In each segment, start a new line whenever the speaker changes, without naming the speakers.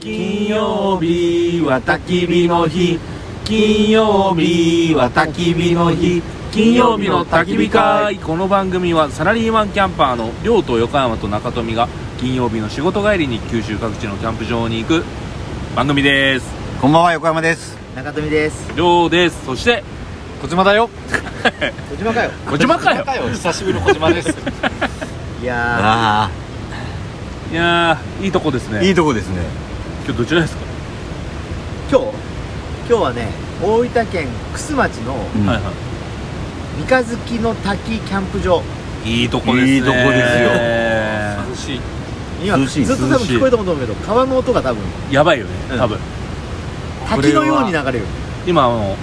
金曜日は焚き火の日金曜日は焚き火の日金曜日の焚き火会この番組はサラリーマンキャンパーの亮と横山と中富が金曜日の仕事帰りに九州各地のキャンプ場に行く番組です
こんばんは横山です
中富です
亮ですそして
小島だよ
小島かよ
小島かよ
久しぶりの小島です
いや
あ
いやーいいとこです
あ
ね
いいとこですね
今日どちらですか、
ー今日今日はね大分県玖珠町の
うん
はいは
三日月の滝キャンプ場
いいいとこですね
いいとこですよ
涼しい
今
涼しい
ずっと多分聞こえたと思うけど川の音が多分
やばいよね
うん
多分、
滝のように流れる
今あの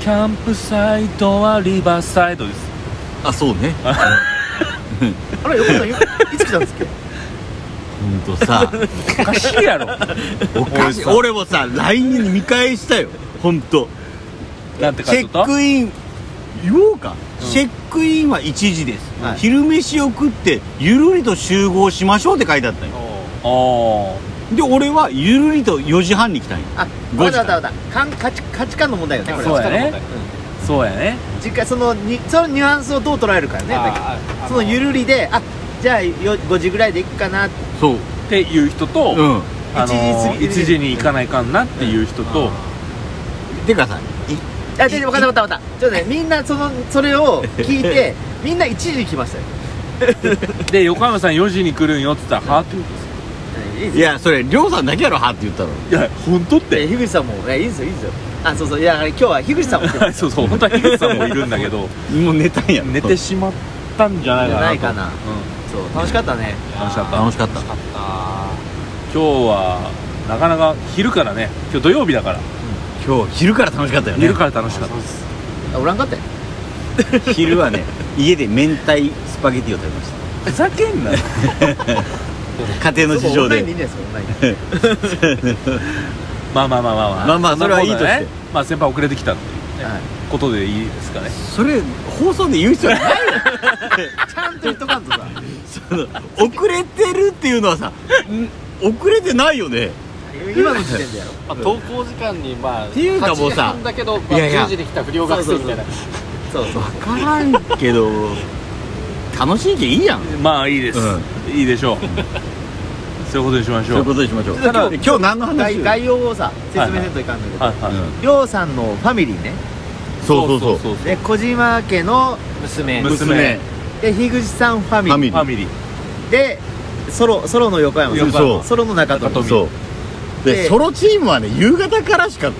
キャンプサイトはリバーサイドです
あそうね
あれ横田さんよ いつ来たんですっけ
ほんとさ
おかしいやろ
おかしい俺もさ LINE に見返したよほんと
なんて書
チ
い
ェ
とっ
ッ
た
クイン言おうか、
うん
チェックインは1時です、
はい
昼飯を食ってゆるりと集合しましょうって書いてあったよ
おー
で俺はゆるりと4時半に来たんよ
あ
5
わかったわかったかん価値価値観の問題よねこれ
そうやね
価値観の問題
そうやね
うん次回そのにそのニュアンスをどう捉えるかねだけど
あ
そのゆるりであじゃあよ5時ぐらいで行くかな
そう
っていう人と、
うん
あのー、
一時過ぎ
1時に行かないかんなっていう人と、
てかさ
あ、違う違う、分かった分かった分かった。ちょっとね、みんなその、それを聞い て、みんな一時に来ましたよ。
で横山さん4時に来るんよって言ったら「は?」って言うんですよ
いいです
い
よ。
やそれりょうさんだけやろはって言ったの
いや本当っ
で、
て
樋口さんも、ね、いいですよ、いいですよ。あ、そうそう、いや、だから今日は樋口さんも来てます。
そうそう本当は樋口さんもいるんだけど
もう寝たんや
寝てしまったんじゃないかなと
じゃないかなそう、楽しかったね。
うん、楽しかった今
楽しかった
日はなかなか昼からね今日土曜日だから、
今日昼から楽しかったよね
昼から楽しかった
あおらんかったよ。
昼はね家で明太スパゲティを食べまし
ふざけんなよ
た家庭の
そ
事
うオ
情
ンラインでい
で
いんじゃないですか、オンラインで。
まあまあまあまあまあ
まあまあ
んなこと
それはいいとして
ねまあ先輩遅れてきたっていう、ね
はい
ことでいいですかね
それ放送で言う必要ないよ
ちゃんと言っとかんとさ。
その遅れてるっていうのはさん遅れてないよね
今の時点でやろ。
まあ、投稿時間にまあって
いうかもうさ
だけど、まあ、
いやいや
10時で来た不良学生みたいな
そうそう。
分からんけど楽しいけいいやん
まあいいです、
う
いいでし ょうそういうことにしまし
そう
ょ
いううことにしましょう
ただ
今日何の話
概概要をさ、説明せんといかんだ
はい
け
はい、
うん
ど。りょうさんのファミリーね。
そうそうそう
う
で、小島家の娘。
娘
で、樋口さんファミ
ファ
リ
ミ
ファミリー
ー。で、ソロ、ソロの横山さん。
横山
ソロの中富。
そうで
で
ソロチームはね夕方からしか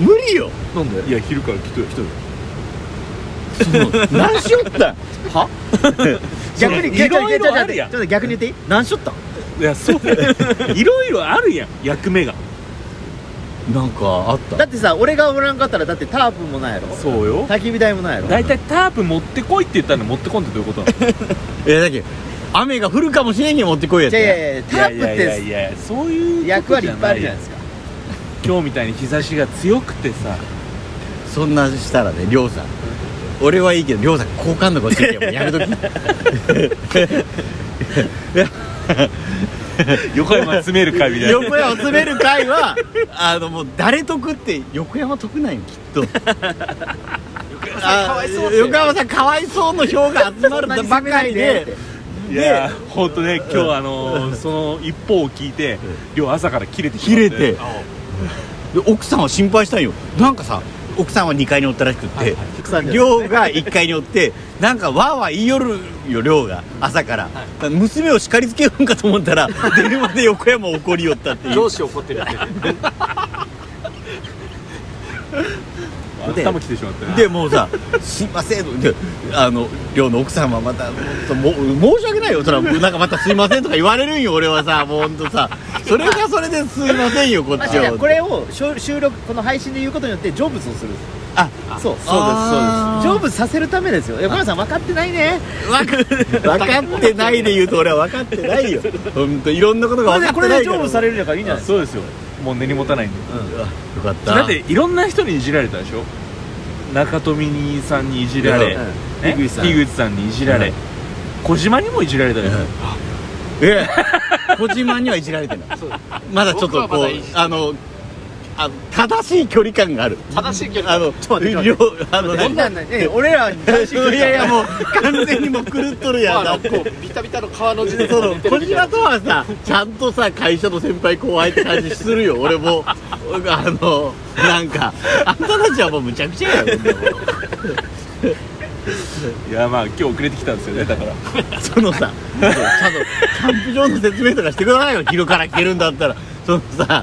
無理よ
なんで
いや昼から来てる人
何しよったん
は逆に
いろいろ
逆に
あるやん
ちょっと逆に言っていい何しょったん
いやそうだよ いろいろあるやん役目が
なんかあっ
だ
た
ってさ俺がおらんかったらだってタープもないやろ
そうよ
焚き火台もないやろ
大体タープ持ってこいって言ったのに持ってこんってどういうことなの
いやだけど雨が降るかもしれんけん持ってこいやっ
じゃ
て
いやいやタープ
いやいやい
っ
やいやそういう
て役割いっぱいあるじゃな
い
いですか
今日みたいに日差しが強くて さ
そんなしたらねりょうさん俺はいいけどりょうさん好感度が落ちるけんもうやめと
横山詰める会み
き
たいな
横山を詰める回は あのもう誰得って横山得ないよきっとあ横山さんかわいそうの票が集まるばかりで
いや本当ね今日あのーその一方を聞いて両朝から切れてしま
切
っ
れてで奥さんは心配したんよなんかさ奥さんは2階におったらしくって、
奥さんじゃない
寮が1階におってなんかわーわー言いよるよ寮が朝から、娘を叱りつけようんかと思った ら電話で横山怒りよったっていう
上司怒ってるって
頭来てしまったよ
でもうさ「すいません」であの寮の奥さんはまたもも申し訳ないよそらなんかまた「すいません」とか言われるんよ俺はさもうほんとさそれがそれで「すいませんよ」こ
ま
っ
あ
ち
じゃあ
は
これをしょ収録この配信で言うことによって成仏をする
あ
そう
あー
成仏させるためですよ横山さん分かってないね
わか分かってないで言うと俺は分かってないよ本当いろんなことが
これ
分
で
かっ
こ
て
れ
な
で
いから
成仏されるんだからいいんじゃないですか
そうですよもう根に持たないんで
よかった
だっていろんな人にいじられたでしょ中富兄さんにいじられ、
う
ね
うん井口さん
井口さんにいじられ、
うん
小島にもいじられたでしょ、
ええ小島にはいじられてない
そう
まだちょっ
僕
と
は
こ
ま
う
だいじ
あのあ正しい距離感がある
正しいけど
あの
ょっと待って
両あの
そんなんないえ俺らに対し
い
て
やいやもう完全にもう狂っとるやん
ま
だ
あ
っ
あの
て
こうビタビタの川の字で
その
寝て
小
るみたいな
島とはさちゃんとさ会社の先輩後輩って感じするよ俺も俺あのなんかあんたたちはもうむちゃくちゃやよ
いやまあ今日遅れてきたんですよねだから
そのさちゃんとキャンプ場の説明とかしてくださいよ昼から聞けるんだったらそのさ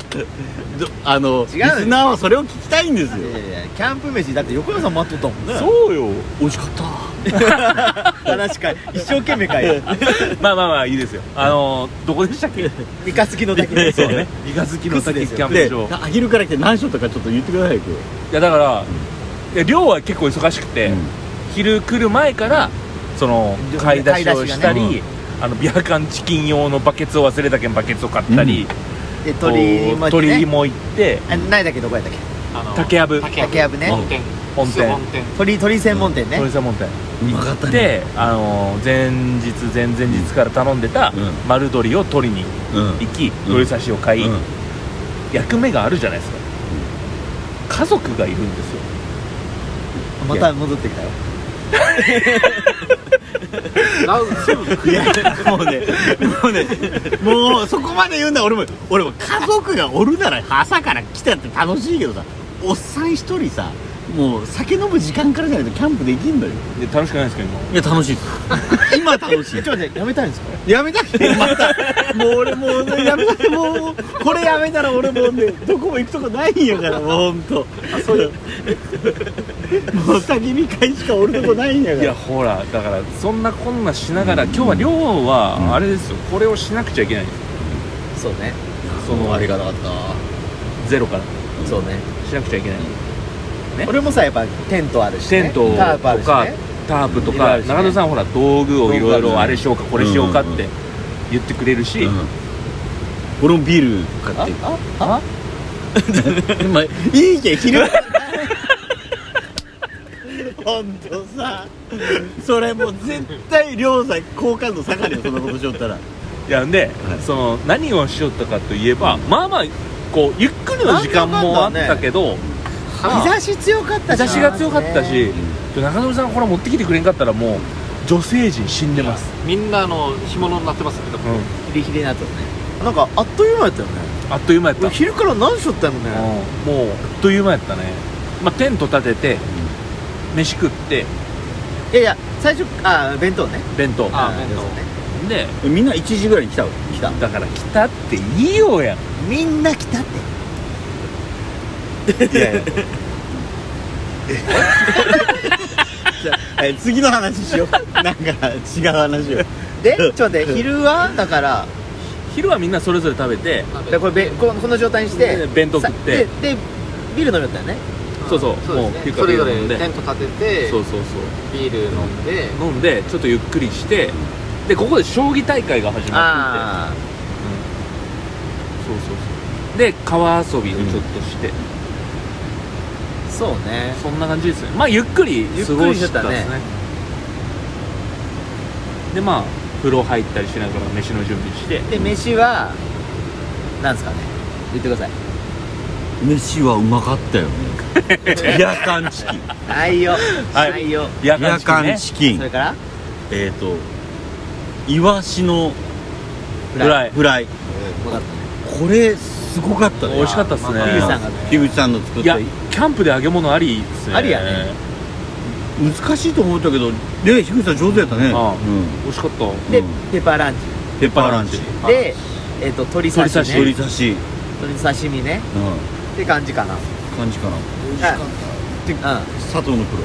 どあのリ
違うよ
スナーはそれを聞きたいんですよ
いやいやキャンプ飯だって横山さん待っとったもんね
そうよ美味しかった
話か一生懸命かい
まあまあまあいいですよあのー、どこでしたっけ
三日月の滝で
そうねイカ好きの
クスで
滝
すよ
キャンプ
で
場
あ昼から来て何章とかちょっと言ってくださいよ今
いやだから、いや寮は結構忙しくて、
うん
昼来る前からその買い出しをしたり、
買い出し
あのビア缶チキン用のバケツを忘れたけんバケツを買ったり、
で
こう
鳥居町
鳥居
ね
も行って
あないだけどこやったっけ
あの
竹やぶ
竹やぶね
本店
本店
本店
鳥居鳥居専門店ね
鳥さん問題
日うまかったね
で、あの前日前々日から頼んでた
うん
丸鶏を取りに
うん
行き、
うん
鳥刺しを買い、
うん
役目があるじゃないですか、家族がいるんですよ
また戻ってきたよ
なんそう
いやもうねもうねもうそこまで言うんだ俺も俺も家族がおるなら朝から来たって楽しいけどさおっさん一人さもう酒飲む時間からじゃないとキャンプできんのよ
で楽しくないですか今
いや楽しい今楽し
えちょっと待ってやめたいんですか
いやめたくてまたもう俺もう、ね、やめたくてもうこれやめたら俺もうねどこも行くとこないんやからもうほんとそうよもう先見会しか俺とこないんやか
いや
ら
ほらだからそんなこんなしながら、今日は寮はあれですよこれをしなくちゃいけないんですよ
そうね
その
がなかった
ゼロから
そうね
しなくちゃいけないね
俺もさやっぱテントあるしね
テントと
タ
か
ープあるしね
タープと
いろいろあ
か、
るしね
中野さんほら道具をいろい
道具ある
ろ
ね
あれしようかこれしようかって言ってくれるし、
うん俺もビール買って
ああ
まあいいけん昼ほんとさそれもう絶対涼さん好感度下がるよそんなことしよったら
いやんで、
はい
その何をしよったかといえば、まあまあこうゆっくりの時間もあったけど、
あ日差し強かった
日
しな
差しが強かったし、中野さんほら持ってきてくれんかったらもう女性陣死んでます、
みんなあの干物になってますけど
うん
ヒリヒリなとねなんかあっという間やったよね
あっという間やった
俺昼から何しとったの
うん
ね
もうあっという間やったね、まあ、テント立てて飯食って
いやいや最初あ弁当ね
弁当
あ
うん
弁当
そうね
で
えみんな1時ぐらいに来たわ来た
だから来たっていいよやん
みんな来たって
いやいやじゃあえ次の話しようなんか違う話を
でちょっと待って昼はだから
昼はみんなそれぞれ食べて
でこれべここの状態にして
弁当食って
さででビール飲みよったよね
そうそう
も
もう
うです
ピ
ね
カピカ
それぞれ
飲んで
テント立てて
そうそう
ビール飲んで
そう飲んでちょっとゆっくりしてでここで将棋大会が始まって
あ
いてそうそうそうで川遊びをちょっとして、
あそうね
そんな感じですねまあゆっくり
ゆっ
過
く
ご
りし
してた
た
んで
ね
すねでまあ風呂入ったりしながら飯の準備して
で飯はなんですかね言ってください
飯はうまかったよね夜間チキン
はいよ
はい
はいよ
夜間
夜
チキンね
間チキン
それから
えっ、とイワシの
フライ
フライ
分かった
これすごかったね
美味しかったっすね
樋口さんがね
樋口さんの作っ
いや
た
キャンプで揚げ物ありですね
ありやね
難しいと思ったけどね樋口さん上手やったね
ああ
うん
美味しかった
で
うん
ペッパーランチ
ペッパーランチ
あ
でえっと鶏刺し
鶏
ね
鶏刺し、う
鶏刺身ね
ん、
って感じかな
感じかな
美味しかっ
うん
佐藤のプロ、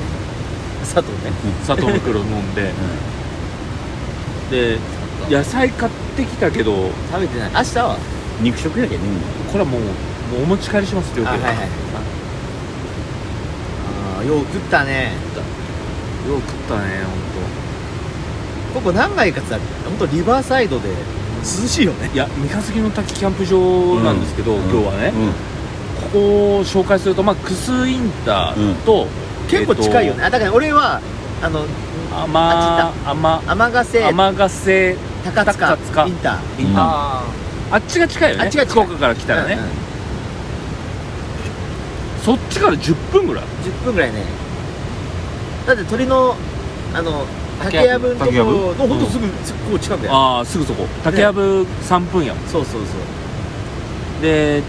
佐藤ね
砂糖袋飲ん でで野菜買ってきたけどこ
食べてない明日は
肉食やけね
れはもうもうお持ち帰りしますって
あはいはいああよう食ったね
よう食ったね
ここ何回かさ本当リバーサイドで涼しいよね
本当。いや三日月の滝キャンプ場なんですけど、
うん
今日はね、ここを紹介するとまあクスインターと、
結構近いよね、あだから俺はあの
甘
あ
甘
天ヶ瀬
甘がせ
高
高
塚
塚
インター
うん
たあ
あっちが近いよね
あっちが近
福
い
岡から来たらね、
うんうん
そっちから10分ぐらい
10分ぐらいねだって鳥のあの竹
竹
や
や
ぶ
ぶ
のところのほんとすぐ、こう近くだよ
ああすぐそこ竹やぶ3分やもん
そうそうそう
で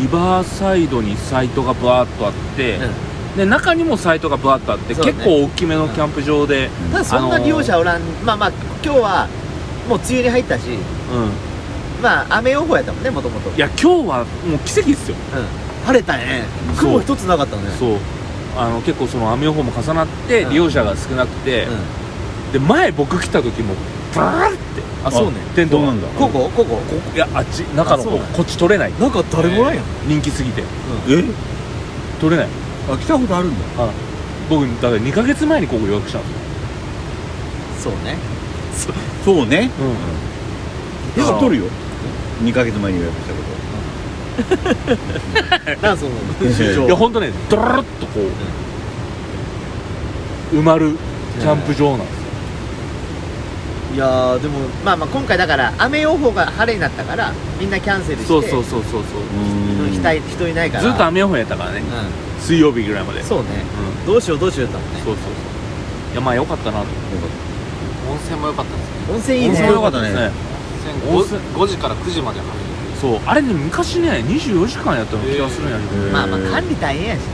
リバーサイドにサイトがバーッとあって、で中にもサイトがバーッとあって、
そうね
結構大きめのキャンプ場で、
ただそんな利用者おらん、まあまあ今日はもう梅雨に入ったし
うん、
まあ雨予報やったもんねもともと
いや今日はもう奇跡ですよ
晴れたね
そう
雲一つなかったね
そうあの結構その雨予報も重なって
うん
利用者が少なくて、で前僕来た時もバーって
あそうね
テント
そ
が
うなんだ
こここ
こ
こ
こいやあっち中の
あそ
方
うなん
こっち取れない
なんか誰もないやん
人気すぎて
え
取れない
あ来たことあるんだ
僕だから2ヶ月前にここ予約したんですよ
そうね
そうね
い
知
や
っとるよ2ヶ月前に予約したこ
なんかその
いや本当ねドロロッとこう埋まるキャンプ場なんですよ
いやーでもまあまあ今回だから雨予報が晴れになったからみんなキャンセルして
そうそうそうそうそう
とうーん
人い人いないから
ずっと雨予報やったからね
う
水曜日ぐらいまで
ん
そう,、
そうね
ん、
どうしようどうしようだったもんね
そうそうそういやまあ良かったなと
温泉も良かったですね
温泉いい
温
ね
泉良かったね
温
温
泉
泉 5, 時から9時まで入る
そうあれね昔ね24時間やったような気がするんやけど、
へー
まあまあ管理大変やしね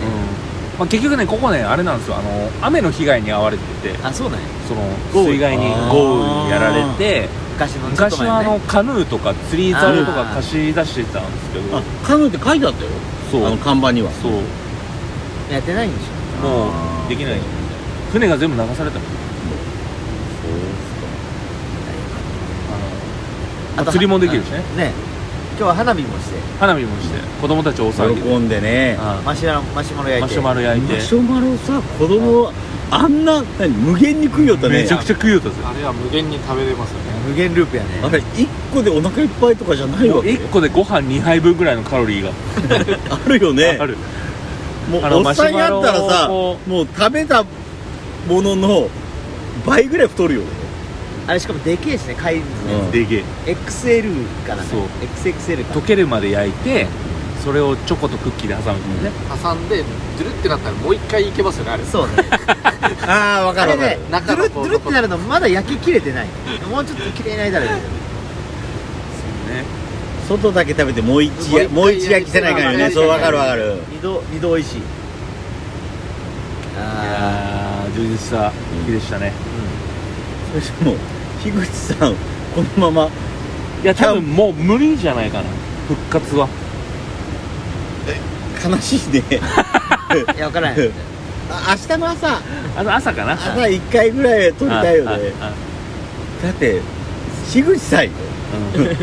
まあ、結局ねここねあれなんですよあの雨の被害に遭われてて
あそうなんや
その
豪雨
水害に
あー
豪雨にやられて
昔のちょっと
昔
前
はあの
ね
カヌーとか釣りざるとか
あー
貸し出してたんですけど
あカヌーって書いてあったよ
そう
あの看板には
そう
やってないんでし
もうできない船が全部流されたもん
ょ
あの釣りもできるしね
うんね今日は花火もして
花火もして子供たち大騒ぎで
喜んでね
あ
マシュマロマシュマロ
ー
焼い
マ
て
シュマロ焼いて
マシュマロさ子供あんな何無限に食いよったね
めちゃくちゃ食いよったぜ
あれは無限に食べれますよね
無限ループやね
あれ1個でお腹いっぱいとかじゃないわけ
1個でご飯2杯分ぐらいのカロリーが
あるよね
ある
もう
あの
おっさんやったら
マシュマ
さ
ロをこ
もう食べたものの倍ぐらい太るよね
あれしかもでけえしねカインズのや
うん
でげえ
つ XL からね
そう
XXL か
溶けるまで焼いてそれをチョコとクッキーで挟むんだよね
挟んでドゥルってなったらもう一回いけますよね あれ
らそうね
ああ分
あれ
か
ね
る
ドゥ
中
ル
の
ッド
こう
ゥルってなるのまだ焼き切れてないもうちょっと綺麗になりたらいい
ね
外だけ食べてもう一やも
も
う
う
一
一
焼きせないからね
焼き
そう分かる分かる
二度二度美味しい
い
あ
やー充実した日でしたね
そしてもう樋口さんこのまま
いや多分もう無理じゃないかな復活は
悲しいね
あいや分からんよ
あ明日の朝
あの朝かな
朝1回ぐらい撮りたいよね
あああ
だって樋口さんよ
うん
ポッ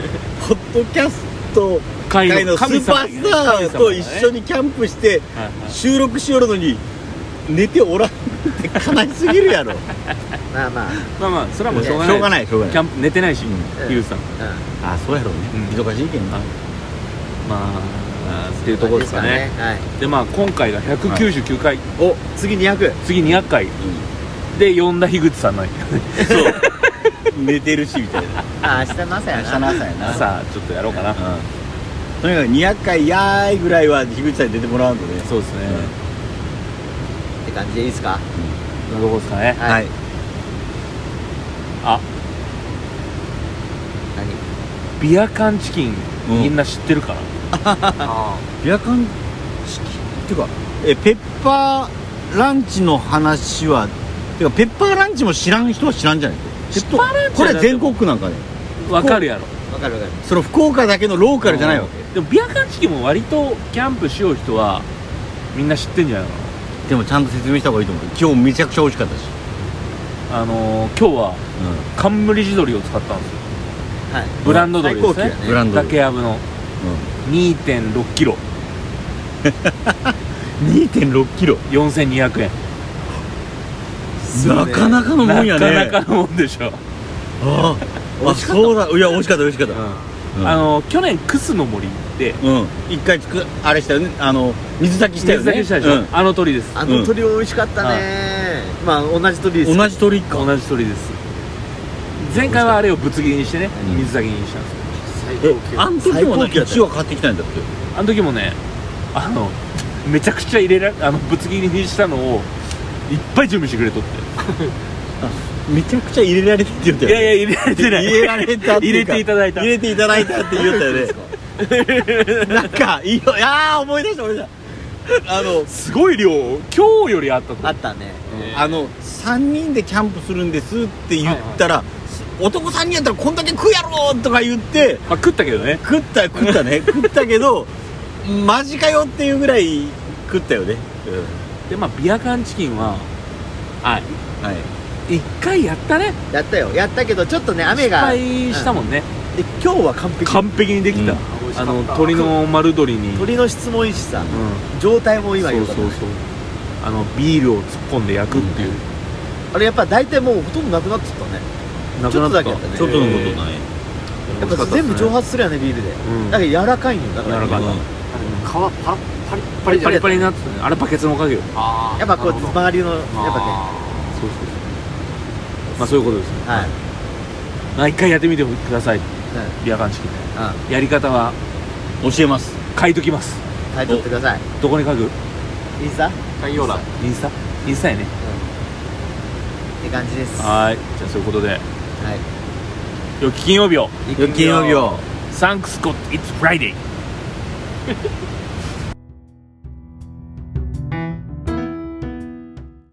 ドキャスト界
界
の
の
スーパースターと一緒
に
にキャンプして収録しよるのに寝ておらんって悲しすぎるやろ
まあまあ
まあまあそれはもうしょうがない
しょうがないしょうが
キ
な
ャ
い
ンプ寝てないし
うん
ヒューさん
う
あそうやろうね
うん
忙しいけんな
あまあっていうんところですかね
はい
でまあ今回が199回
お次200
次200回で呼んだ樋口さんの
うん 寝てるしみたいな
あ明日の朝やな
明日の朝やな
朝ちょっとやろうかな
うんとにかく200回やーいぐらいは樋口さんに出てもらうとね
そうですね
って感じでいいですか
そんなとこですかね
はい
はい
あ
何
ビア缶チキン
うん
みんな知ってるかな
あ
ビア缶チキンっていうかえペッパーランチの話はてかペッパーランチも知らん人は知らんじゃない
ペッパーランチ
こ
は
れ全国区なんかね
わかるやろ
わかるわかる
その福岡だけのローカルじゃないわけ、
でもビア缶チキンも割とキャンプしよう人はみんな知ってんじゃないか
でもちゃんと説明した方がいいと思う今日めちゃくちゃ美味しかったし、
なあのー今日は冠地鶏を使ったんですよ
はい
ブランド鶏です
最
ね
高級や
ブランド
竹やぶの2 6キロ
2 6キロ
4200円
なかなかのもんやね
なかなかのもんでしょ、
あああそうだいや美味しかった美味しかった、うん
あの去年クスの森で
うん一回つくあれしたよねあの水炊きしたよ
水
ね
炊きしたでしょ、
うん
あの鳥です
あの鶏美味しかったねまあ同じ鳥ですけど
同じ鳥
同じ鳥です前回はあれをぶつ切りにしてね
うん
水炊きにしたんです
あ最最高
え
級
あん時も
最高級だった
1は買ってきたんだって
あの時もねあのめちゃくちゃ入れらあのぶつ切りにしたのをいっぱい準備してくれとって
めちゃくちゃ入れられてって言った
い
よ
や
ね
いや入れられてない
入れられたって
入
いう
れ
か
ていただいた
入れていただいたって言ったよねなんかいいよいやー思い出した思い出したあの
すごい量今日よりあったと
あったね
えー
あの3人でキャンプするんですって言ったら、男3人やったらこんだけ食うやろとか言って
まあ食ったけどね
食った食ったね食ったけどマジかよっていうぐらい食ったよね、
でまあビア缶チキンはあ
はい
一回やったね
やったよやったけどちょっとね雨が
失敗したもんね、
で今日は完璧
完璧にできた、
うん
美味しか
あ
った
の鶏の丸鶏に
鳥の質もいいしさ
う
状態も
ん
今
そう
良か
そ
っ
う
た
そうあのビールを突っ込んで焼くっていう、
あれやっぱ大体もうほとんどなくなっちゃったね
な
ちょっとだけ
や
やったね
ちょっとのことない、
やっぱ全部蒸発するよねビールで
うん
だから柔らかいんよだから
柔らかい
皮パラッパリッパリじ
パ
ゃない
リパリになってたねあれバケツのおかげよ
あー
やっぱこう
なるほど
周りのやっぱね
そうそうまあそういうことですね
はい
まあ一回やってみてくださいビア缶チキ
うん
ンやり方は
教えます
書いときます
はい取ってください
どこに書く
いいさっ
概要欄
インスタインスタやね
て感じですは
はーいじゃあそういうことで
い
よき金曜日を
金曜日を
サンクスコッ It's Friday